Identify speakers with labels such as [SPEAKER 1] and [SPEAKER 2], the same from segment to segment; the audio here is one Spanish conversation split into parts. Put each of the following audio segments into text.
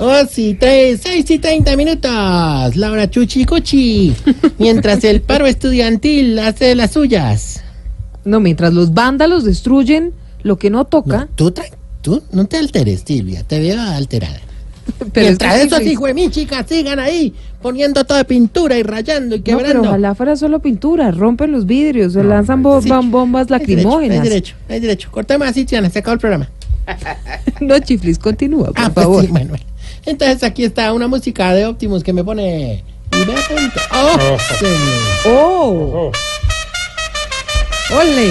[SPEAKER 1] Oh, sí, tres, seis y treinta minutos. Laura Chuchicuchi. Mientras el paro estudiantil hace las suyas.
[SPEAKER 2] No, mientras los vándalos destruyen lo que no toca.
[SPEAKER 1] Tú, tra- tú no te alteres, Silvia. Te veo alterada.
[SPEAKER 2] pero es que
[SPEAKER 1] Mientras
[SPEAKER 2] sí,
[SPEAKER 1] esos
[SPEAKER 2] sí.
[SPEAKER 1] hijos de mi chicas sigan ahí poniendo todo de pintura y rayando y
[SPEAKER 2] No, pero
[SPEAKER 1] quebrando.
[SPEAKER 2] ojalá fuera solo pintura, rompen los vidrios, lanzan bo-
[SPEAKER 1] sí.
[SPEAKER 2] bom- bombas
[SPEAKER 1] Hay derecho,
[SPEAKER 2] lacrimógenas.
[SPEAKER 1] Hay derecho, hay derecho. Cortemos así, Triana, se acabó el programa.
[SPEAKER 2] no, Chiflis, continúa, por
[SPEAKER 1] Ah, pues
[SPEAKER 2] favor.
[SPEAKER 1] sí, bueno, bueno. Entonces aquí está una música de Optimus que me pone... y ve punto. ¡Oh, señor!
[SPEAKER 2] ¡Oh!
[SPEAKER 3] Oh,
[SPEAKER 2] ¡Ole!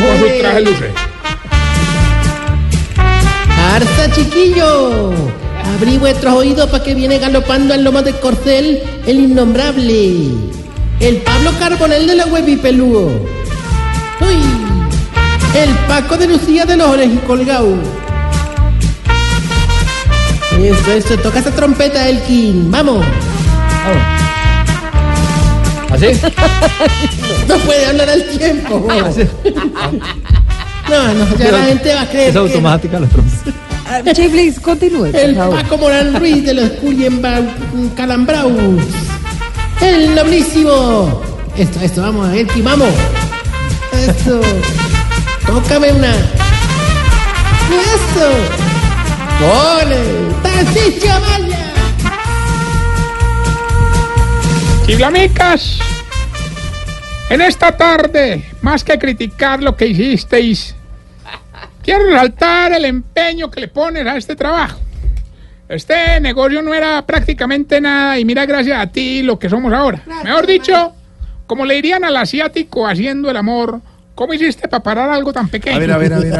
[SPEAKER 3] con su traje luce.
[SPEAKER 1] ¡Arza, chiquillo! Abrí vuestros oídos para que viene galopando al lomo de corcel el innombrable. El Pablo Carbonel de la Huevi Peludo. ¡Uy! El Paco de Lucía de los Orejicolgau. Eso, eso, toca esa trompeta, Elkin. ¡Vamos!
[SPEAKER 4] ¿Ah,
[SPEAKER 3] ¿Así?
[SPEAKER 1] No puede hablar al tiempo. bobo. No, no, ya la gente va a creer.
[SPEAKER 4] Es
[SPEAKER 1] que-
[SPEAKER 4] automática la trompa.
[SPEAKER 2] Ah, Chiflis, continúe, por
[SPEAKER 1] El
[SPEAKER 2] favor.
[SPEAKER 1] Paco Morán Ruiz de los Cuyembau Calambraus. El noblísimo. Esto, esto, vamos, Elki, vamos. Eso. Tócame una. Eso. ¡Ole! ¡Tarcicio Amaya!
[SPEAKER 3] Chiflamicas, en esta tarde, más que criticar lo que hicisteis, quiero resaltar el empeño que le pones a este trabajo. Este negocio no era prácticamente nada y mira gracias a ti lo que somos ahora. Mejor dicho, como le dirían al asiático haciendo el amor, ¿cómo hiciste para parar algo tan pequeño?
[SPEAKER 5] A ver, a ver, a ver, a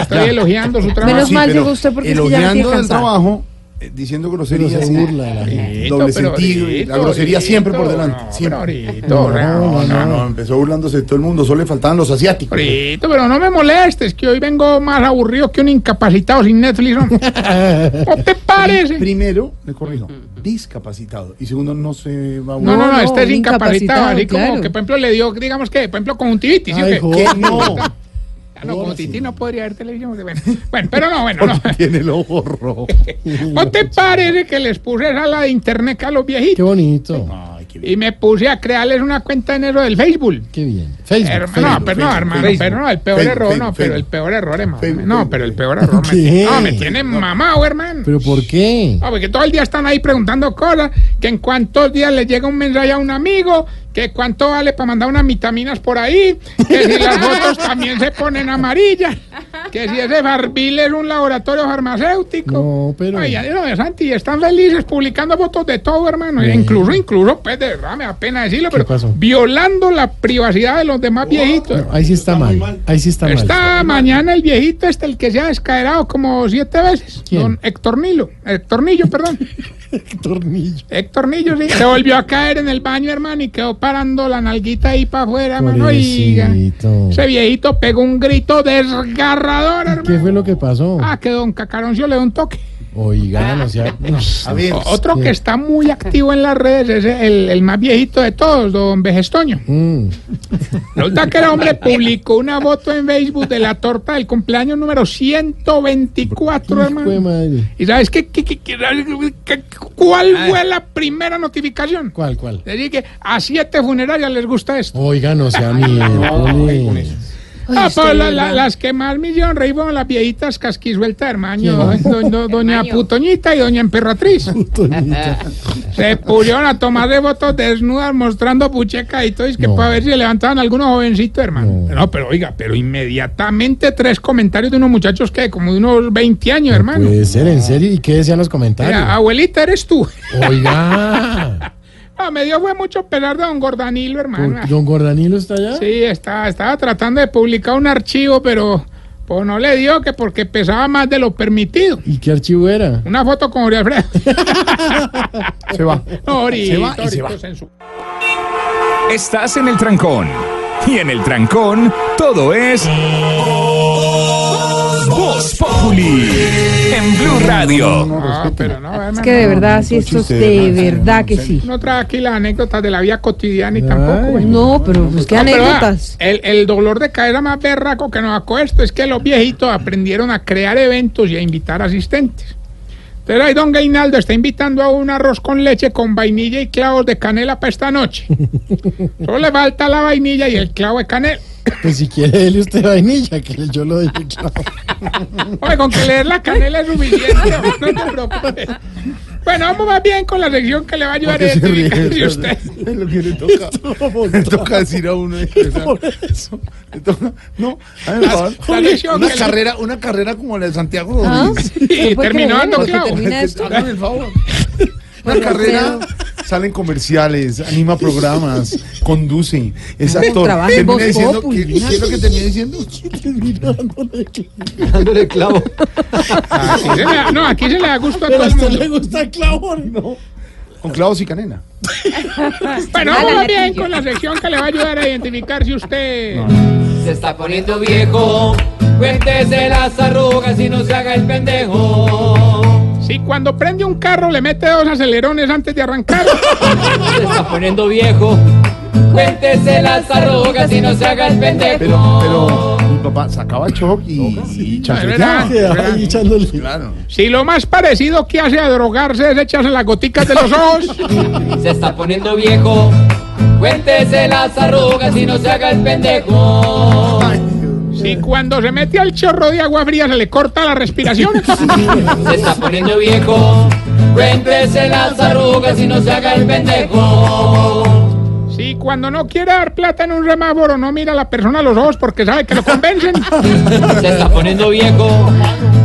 [SPEAKER 3] Estoy elogiando su trabajo.
[SPEAKER 2] Menos
[SPEAKER 5] Sí,
[SPEAKER 2] mal
[SPEAKER 5] pero
[SPEAKER 2] llegó usted porque es que ya me tiene
[SPEAKER 5] elogiando el
[SPEAKER 2] cansado.
[SPEAKER 5] trabajo, eh, diciendo groserías.
[SPEAKER 1] se
[SPEAKER 5] sí.
[SPEAKER 1] burla de la gente.
[SPEAKER 3] Ahorito,
[SPEAKER 5] Doble
[SPEAKER 3] pero
[SPEAKER 5] sentido y la
[SPEAKER 3] ahorito,
[SPEAKER 5] grosería siempre por
[SPEAKER 3] ahorito,
[SPEAKER 5] delante.
[SPEAKER 3] no,
[SPEAKER 5] siempre.
[SPEAKER 3] pero ahorito, no,
[SPEAKER 5] No, no, empezó burlándose de todo el mundo, solo le faltaban los asiáticos.
[SPEAKER 3] Frito, pero no me molestes, que hoy vengo más aburrido que un incapacitado sin Netflix. hombre. ¿No te parece?
[SPEAKER 5] Primero, le corrijo, discapacitado. Y segundo, no se va a
[SPEAKER 3] No, no, no,
[SPEAKER 2] No,
[SPEAKER 3] este es
[SPEAKER 2] un
[SPEAKER 3] incapacitado,
[SPEAKER 2] incapacitado,
[SPEAKER 3] así como
[SPEAKER 2] claro.
[SPEAKER 3] que, por ejemplo, le dio, digamos que, por ejemplo, conjuntivitis. ¿sí o qué?
[SPEAKER 5] burlar. Que no,
[SPEAKER 3] Ah, no, conjuntivitis no podría haber televisión. porque, Bueno, bueno, pero no, bueno, no.
[SPEAKER 5] porque tiene el ojo rojo.
[SPEAKER 3] ¿No te parece que les puse esa la de internet a los
[SPEAKER 1] Qué
[SPEAKER 3] viejitos?
[SPEAKER 1] bonito.
[SPEAKER 5] Ay, qué bien.
[SPEAKER 3] Y me puse a crearles una cuenta en eso del Facebook.
[SPEAKER 1] Qué bien. Facebook.
[SPEAKER 3] Hermano, no,
[SPEAKER 5] Facebook,
[SPEAKER 3] pero no,
[SPEAKER 5] Facebook,
[SPEAKER 3] hermano,
[SPEAKER 5] Facebook,
[SPEAKER 3] pero no, el peor
[SPEAKER 5] Facebook,
[SPEAKER 3] error, no,
[SPEAKER 5] Facebook,
[SPEAKER 3] pero el
[SPEAKER 5] Facebook.
[SPEAKER 3] peor error, hermano.
[SPEAKER 5] Facebook,
[SPEAKER 3] No,
[SPEAKER 5] Facebook.
[SPEAKER 3] pero el peor error. me-
[SPEAKER 1] ¿Qué?
[SPEAKER 3] No, me tienen mamado, hermano.
[SPEAKER 1] ¿Pero por qué?
[SPEAKER 3] Ah, porque todo el día están ahí preguntando cosas, que en cuántos días les llega un mensaje a un amigo, que cuánto vale para mandar unas vitaminas por ahí, que si las fotos también se ponen amarillas, que si ese barbil es un laboratorio farmacéutico.
[SPEAKER 1] No, pero-
[SPEAKER 3] Ay, ya digo, de Santi, están felices publicando fotos de todo, hermano. e Incluso, incluso, pues, de verdad, me da pena decirlo, pero
[SPEAKER 1] pasó?
[SPEAKER 3] violando la privacidad de los demás viejitos.
[SPEAKER 1] Ahí sí está mal. Ahí sí está mal.
[SPEAKER 3] Esta mañana el viejito este, el que se ha descaerado como siete veces,
[SPEAKER 1] ¿Quién?
[SPEAKER 3] don Héctor Nilo, Héctor Nillo, perdón.
[SPEAKER 1] Tornillo.
[SPEAKER 3] Héctor Nillo, sí, se volvió a caer en el baño, hermano, y quedó parando la nalguita ahí para afuera, hermano. y-
[SPEAKER 1] Pobrecito.
[SPEAKER 3] Ese viejito pegó un grito desgarrador,
[SPEAKER 1] ¿Qué
[SPEAKER 3] hermano.
[SPEAKER 1] fue lo que pasó?
[SPEAKER 3] Ah, que don Cacaroncio le dio un toque.
[SPEAKER 1] Oiga, no sea... no.
[SPEAKER 5] A ver,
[SPEAKER 3] O- Otro que está muy activo en las redes es el, el más viejito de todos, don Vegestoño.
[SPEAKER 1] Mm.
[SPEAKER 3] Resulta que el hombre publicó una foto en Facebook de la torta del cumpleaños número 124,
[SPEAKER 1] Hijo de
[SPEAKER 3] hermano.
[SPEAKER 1] madre.
[SPEAKER 3] ¿Y sabes qué, qué- qué- qué- qué- cuál fue la primera notificación?
[SPEAKER 1] ¿Cuál, cuál?
[SPEAKER 3] Le dije que a siete funerarias les gusta esto.
[SPEAKER 1] Oiga, no sea miércoles.
[SPEAKER 3] Ah, pero la- la- las que más me hicieron reír fueron las viejitas casquisuelta, hermano. do- do- doña Putoñita y doña Emperatriz.
[SPEAKER 1] Tonita.
[SPEAKER 3] Se pusieron a tomar de votos desnudas mostrando pucheca y todo, es que
[SPEAKER 1] No.
[SPEAKER 3] para ver si levantaban algunos jovencitos, hermano. No. pero oiga, pero inmediatamente tres comentarios de unos muchachos que como de unos 20 años, hermano.
[SPEAKER 1] Puede ser, en serio. ¿Y qué decían los
[SPEAKER 3] Mira,
[SPEAKER 1] comentarios?
[SPEAKER 3] abuelita, eres tú.
[SPEAKER 1] Oiga,
[SPEAKER 3] Ah, me dio fue mucho pelar de don Gordanilo, hermano.
[SPEAKER 1] ¿por- ¿don Gordanilo está allá?
[SPEAKER 3] Sí, estaba, estaba tratando de publicar un archivo, pero pues no le dio que porque pesaba más de lo permitido.
[SPEAKER 1] ¿Y qué archivo era?
[SPEAKER 3] Una foto con Oriol Alfredo.
[SPEAKER 5] se va.
[SPEAKER 3] No, ahorita,
[SPEAKER 5] va y se
[SPEAKER 3] ahorita
[SPEAKER 5] va. Pues,
[SPEAKER 3] censu-
[SPEAKER 6] Estás en el trancón. Y en el trancón, todo es. Voz Populi. En Blue Blue Radio.
[SPEAKER 5] No,
[SPEAKER 3] Ah,
[SPEAKER 5] respeten.
[SPEAKER 3] pero no,
[SPEAKER 2] Es
[SPEAKER 3] hermano,
[SPEAKER 2] que de
[SPEAKER 3] no.
[SPEAKER 2] verdad,
[SPEAKER 5] no,
[SPEAKER 2] sí, esto es
[SPEAKER 5] chiste de
[SPEAKER 2] de
[SPEAKER 5] nada, sí,
[SPEAKER 2] verdad
[SPEAKER 5] no,
[SPEAKER 2] que
[SPEAKER 5] en serio.
[SPEAKER 2] sí.
[SPEAKER 3] No trae aquí las anécdotas de la vida cotidiana y
[SPEAKER 5] Ay,
[SPEAKER 3] tampoco.
[SPEAKER 2] No, pero pues qué
[SPEAKER 3] No, pero, ah,
[SPEAKER 2] anécdotas.
[SPEAKER 3] el, el dolor de cadera más berraco que nos sacó esto es que los viejitos aprendieron a crear eventos y a invitar asistentes. Entonces ahí don Gainaldo está invitando a un arroz con leche con vainilla y clavos de canela para esta noche. Solo le falta la vainilla y el clavo de canela.
[SPEAKER 4] Pues si quiere él usted vainilla, que yo lo dije.
[SPEAKER 3] Oye, con que leer la canela es suficiente. No te preocupes. Bueno, vamos más bien con la sección que le va a ayudar a
[SPEAKER 5] Porque se ríe,
[SPEAKER 3] identificarse
[SPEAKER 5] ¿verdad?
[SPEAKER 3] usted.
[SPEAKER 5] Es lo que le toca. le toca decir a uno. ¿eh?
[SPEAKER 4] Por eso.
[SPEAKER 5] Le toca- No, a ver, por favor.
[SPEAKER 3] La lección
[SPEAKER 5] una
[SPEAKER 3] que le-
[SPEAKER 5] carrera, una carrera como la de Santiago
[SPEAKER 2] ¿Ah?
[SPEAKER 5] Rodríguez.
[SPEAKER 2] ¿Se puede
[SPEAKER 3] terminó
[SPEAKER 2] creer?
[SPEAKER 3] dando
[SPEAKER 2] Porque
[SPEAKER 3] clavo.
[SPEAKER 2] termina esto.
[SPEAKER 5] Hágame el favor. Una
[SPEAKER 2] Bueno,
[SPEAKER 5] carrera salen comerciales, anima programas, conduce, es actor.
[SPEAKER 2] Trabaja en
[SPEAKER 5] Termina
[SPEAKER 2] Voz
[SPEAKER 5] diciendo,
[SPEAKER 2] Populi.
[SPEAKER 5] ¿qué, qué es lo que termina diciendo?
[SPEAKER 4] Dándole clavo.
[SPEAKER 3] Aquí se le da- no, aquí se le da gusto a todo el mundo.
[SPEAKER 4] gusta clavo, ¿no?
[SPEAKER 5] Con clavos y canena.
[SPEAKER 3] Bueno,
[SPEAKER 2] Ah, la
[SPEAKER 3] vamos más bien
[SPEAKER 2] gatilla.
[SPEAKER 3] con la sección que le va a ayudar a identificar si usted.
[SPEAKER 7] Se está poniendo viejo, cuéntese las arrugas y no se haga el pendejo.
[SPEAKER 3] Si cuando prende un carro le mete dos acelerones antes de arrancar.
[SPEAKER 7] Se está poniendo viejo, cuéntese las arrugas y no se haga el pendejo.
[SPEAKER 5] Pero, pero mi papá sacaba choc y, y chanfleteaba.
[SPEAKER 3] ¿verdad?
[SPEAKER 4] Ahí echándole.
[SPEAKER 5] Claro.
[SPEAKER 3] Si lo más parecido que hace a drogarse es echarse las goticas de los ojos.
[SPEAKER 7] Se está poniendo viejo, cuéntese las arrugas y no se haga el pendejo.
[SPEAKER 5] Ay,
[SPEAKER 3] Si cuando se mete al chorro de agua fría se le corta la respiración.
[SPEAKER 7] Se está poniendo viejo, cuéntese las arrugas y no se haga el pendejo.
[SPEAKER 3] Si cuando no quiere dar plata en un semáforo no mira a la persona a los ojos porque sabe que lo convencen.
[SPEAKER 7] Se está poniendo viejo,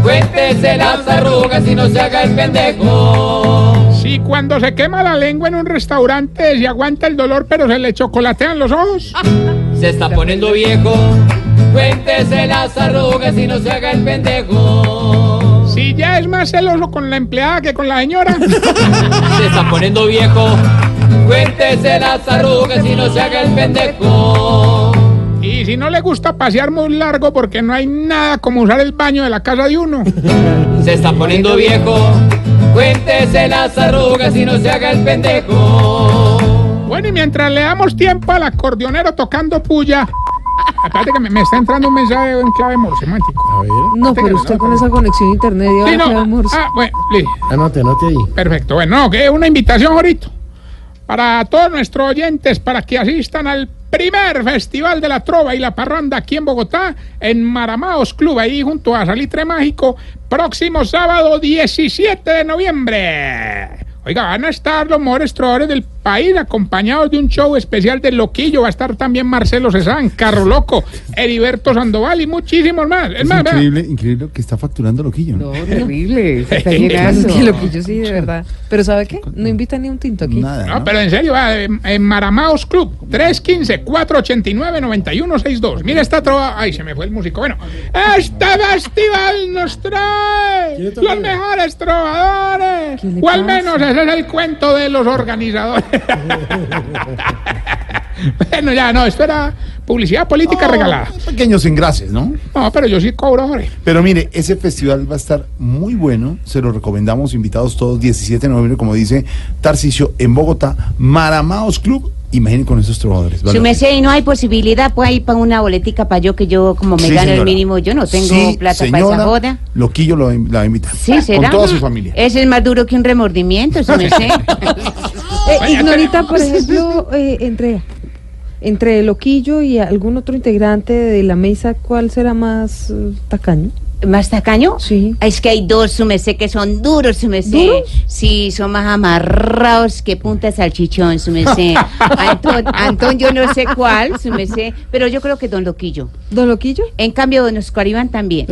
[SPEAKER 7] cuéntese las arrugas y no se haga el pendejo.
[SPEAKER 3] Si cuando se quema la lengua en un restaurante se aguanta el dolor pero se le chocolatean los ojos.
[SPEAKER 7] Se está poniendo viejo, cuéntese las arrugas y no se haga el pendejo.
[SPEAKER 3] Si ya es más celoso con la empleada que con la señora.
[SPEAKER 7] Se está poniendo viejo, cuéntese las arrugas y no se haga el pendejo.
[SPEAKER 3] Y si no le gusta pasear muy largo porque no hay nada como usar el baño de la casa de uno.
[SPEAKER 7] Se está poniendo viejo, cuéntese las arrugas y no se haga el pendejo.
[SPEAKER 3] Bueno, y mientras le damos tiempo al acordeonero tocando puya. Aparte que me, me está entrando un mensaje en clave morse, momentico.
[SPEAKER 4] A ver.
[SPEAKER 2] No, pero usted con esa conexión a internet y
[SPEAKER 3] Sí,
[SPEAKER 2] ahora
[SPEAKER 3] no,
[SPEAKER 2] clavo morse.
[SPEAKER 3] Ah, bueno, li-
[SPEAKER 4] Anote, anote ahí.
[SPEAKER 3] perfecto. Bueno, no, que una invitación ahorita. Para todos nuestros oyentes, para que asistan al primer Festival de la Trova y la Parranda aquí en Bogotá, en Maramaos Club, ahí junto a Salitre Mágico, próximo sábado 17 de noviembre. Oiga, van a estar los mejores trovadores del país acompañados de un show especial de Loquillo. Va a estar también Marcelo Cezán, Carro Loco, Heriberto Sandoval y muchísimos más. Es
[SPEAKER 5] Es
[SPEAKER 3] más, vea.
[SPEAKER 5] increíble, increíble lo que está facturando Loquillo. ¿no?
[SPEAKER 2] Horrible, se está llegando. Es que lo que yo sí, de verdad. Pero ¿sabe qué? No invita ni un tinto aquí.
[SPEAKER 5] Nada.
[SPEAKER 3] No,
[SPEAKER 5] ¿no?
[SPEAKER 3] Ah, pero en serio, va, en, en Maramaos Club, 315-489-9162. Mira esta trova. Ay, se me fue el músico. Bueno, este festival nos trae
[SPEAKER 4] ¿Quiere
[SPEAKER 3] los
[SPEAKER 4] tocar?
[SPEAKER 3] mejores trovadores.
[SPEAKER 2] ¿Qué le
[SPEAKER 3] O al
[SPEAKER 2] pasa?
[SPEAKER 3] menos ese es el cuento de los organizadores. bueno, ya, no, esto era publicidad
[SPEAKER 2] Oh.
[SPEAKER 3] política regalada.
[SPEAKER 5] Pequeños engrases, ¿no?
[SPEAKER 3] No, pero yo sí cobro, Jorge.
[SPEAKER 5] Pero mire, ese festival va a estar muy bueno. Se lo recomendamos, invitados todos, 17 de noviembre, como dice Tarcicio, en Bogotá, Maramaos Club. Imaginen con esos trovadores. ¿vale?
[SPEAKER 8] Si me sé y no hay posibilidad, pues ahí para una boletica para yo que yo como me
[SPEAKER 5] Sí,
[SPEAKER 8] gano el
[SPEAKER 5] señora.
[SPEAKER 8] mínimo, yo no tengo
[SPEAKER 5] Sí,
[SPEAKER 8] plata para
[SPEAKER 5] señora,
[SPEAKER 8] esa boda.
[SPEAKER 5] Loquillo lo, la va a invitar.
[SPEAKER 8] Sí, será.
[SPEAKER 5] Con
[SPEAKER 8] Eh,
[SPEAKER 5] toda su familia.
[SPEAKER 8] Ese es más duro que un remordimiento, si me sé.
[SPEAKER 2] Eh, ignorita, por ejemplo, eh, entre, entre Loquillo y algún otro integrante de la mesa, ¿cuál será más eh, tacaño?
[SPEAKER 8] ¿Más tacaño?
[SPEAKER 2] Sí.
[SPEAKER 8] Es que hay dos, su mesé, que son duros, su mesé.
[SPEAKER 2] ¿Duros?
[SPEAKER 8] Sí, son más amarrados que punta de salchichón, su mesé. Antón, Antón, yo no sé cuál, su mesé, pero yo creo que Don Loquillo.
[SPEAKER 2] ¿Don Loquillo?
[SPEAKER 8] En cambio, don Oscar Iván también.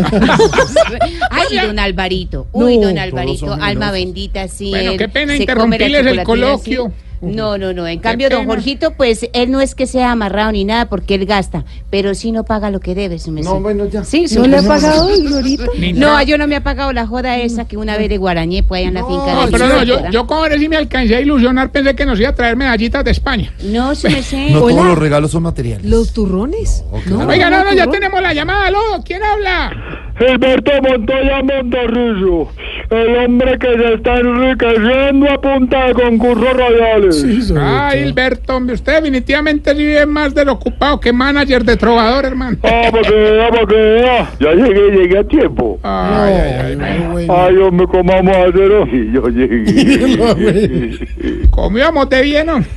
[SPEAKER 8] Ay, y don Alvarito. Uy,
[SPEAKER 2] No,
[SPEAKER 8] don
[SPEAKER 2] todos
[SPEAKER 8] Alvarito,
[SPEAKER 5] son
[SPEAKER 8] alma
[SPEAKER 5] generosos.
[SPEAKER 8] bendita, sí.
[SPEAKER 3] Bueno,
[SPEAKER 8] él
[SPEAKER 3] qué pena
[SPEAKER 8] se come la
[SPEAKER 3] interrumpirles el
[SPEAKER 8] chocolatina,
[SPEAKER 3] coloquio.
[SPEAKER 8] sí. No, no, no. En cambio, don
[SPEAKER 3] pena.
[SPEAKER 8] Jorgito, pues él no es que sea amarrado ni nada porque él gasta, pero sí no paga lo que debe, su merced.
[SPEAKER 5] No, bueno, ya.
[SPEAKER 8] Sí, su
[SPEAKER 2] ¿No le ha
[SPEAKER 8] merced.
[SPEAKER 2] pagado, Ignorita?
[SPEAKER 3] Ni
[SPEAKER 8] No,
[SPEAKER 3] nada.
[SPEAKER 8] yo no me ha pagado la joda esa que una vez de Guarañé, pues allá en la finca.
[SPEAKER 3] No,
[SPEAKER 8] del
[SPEAKER 3] pero no,
[SPEAKER 8] señor,
[SPEAKER 3] yo,
[SPEAKER 8] ¿verdad?
[SPEAKER 3] yo cobré sí me alcancé a ilusionar. Pensé que nos iba a traer medallitas de España.
[SPEAKER 8] No, su merced.
[SPEAKER 5] No
[SPEAKER 2] Hola.
[SPEAKER 5] todos los regalos son materiales.
[SPEAKER 2] ¿Los turrones? No,
[SPEAKER 3] Oiga, no, no, ya
[SPEAKER 2] turrón.
[SPEAKER 3] tenemos la llamada, ¿no? ¿Quién habla?
[SPEAKER 9] Gilberto Montoya Montorrillo. El hombre que se está enriqueciendo a punta de concursos radiales.
[SPEAKER 3] Ah, Gilberto, hombre, usted definitivamente sí es más desocupado que manager de trovador, hermano.
[SPEAKER 9] Ah, para que vea, para que vea. Ya llegué, llegué a tiempo.
[SPEAKER 3] Ay, ay, ay, ay.
[SPEAKER 9] Ay, hombre, ¿cómo vamos a hacer hoy? Yo llegué.
[SPEAKER 3] Comíamos de bien, hombre.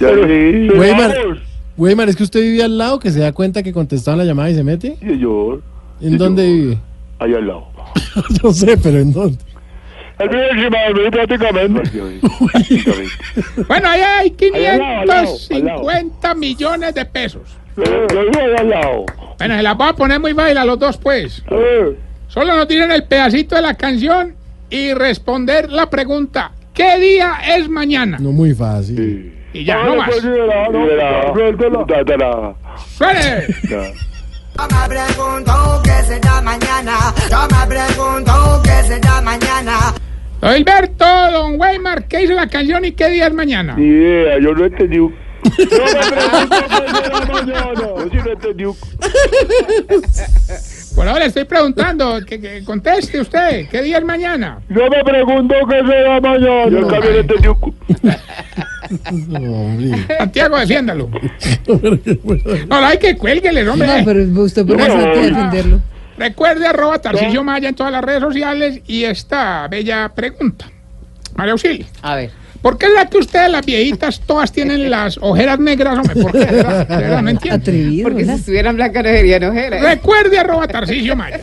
[SPEAKER 9] ya llegué.
[SPEAKER 4] Weimar.
[SPEAKER 9] Vamos.
[SPEAKER 4] Weimar, es que usted vive al lado que se da cuenta que contestaron la llamada y se mete.
[SPEAKER 9] Sí, señor.
[SPEAKER 4] ¿En dónde vive?
[SPEAKER 9] Allá al lado.
[SPEAKER 4] No sé, pero ¿en dónde?
[SPEAKER 9] El virgen, madre, prácticamente.
[SPEAKER 3] Bueno, ahí hay
[SPEAKER 9] Al lado, al lado, al lado.
[SPEAKER 3] 550 millones de pesos.
[SPEAKER 9] Yo vivo al lado.
[SPEAKER 3] Bueno, se las voy a poner muy baila a los dos, pues.
[SPEAKER 9] Eh,
[SPEAKER 3] Solo nos tienen el pedacito de la canción y responder la pregunta: ¿Qué día es mañana?
[SPEAKER 4] No muy fácil.
[SPEAKER 3] Y ya, no más.
[SPEAKER 9] Libera, Ah, no, pues, suéltela. Dátela.
[SPEAKER 3] ¡Suene!
[SPEAKER 9] Ya.
[SPEAKER 10] Yo me pregunto qué será mañana. Yo me pregunto qué será mañana.
[SPEAKER 3] Don Gilberto, don Weimar, ¿qué hizo la canción y qué día es mañana?
[SPEAKER 9] Ni idea, yo no entendí. un- No me pregunto qué será mañana. Yo sí no entendí. un-
[SPEAKER 3] Por ahora le estoy preguntando, que, que conteste usted, ¿qué día es mañana?
[SPEAKER 9] Yo me pregunto qué será mañana. Yo en cambio no entendí. un cu-
[SPEAKER 3] Santiago, defiéndalo. No, no, hay que cuélguele, hombre.
[SPEAKER 2] No, pero usted por eso hay que defenderlo.
[SPEAKER 3] Recuerde arroba Tarcillo Maya en todas las redes sociales y esta bella pregunta. María Auxilio,
[SPEAKER 8] A ver.
[SPEAKER 3] ¿por qué es la que ustedes, las viejitas, todas tienen las ojeras negras? Hombre, ¿por qué? De verdad, de verdad, no entiendo.
[SPEAKER 2] Atrevido.
[SPEAKER 7] Porque si
[SPEAKER 2] ¿verdad?
[SPEAKER 7] estuvieran blancas no serían ojeras.
[SPEAKER 3] Recuerde arroba Tarcillo Maya.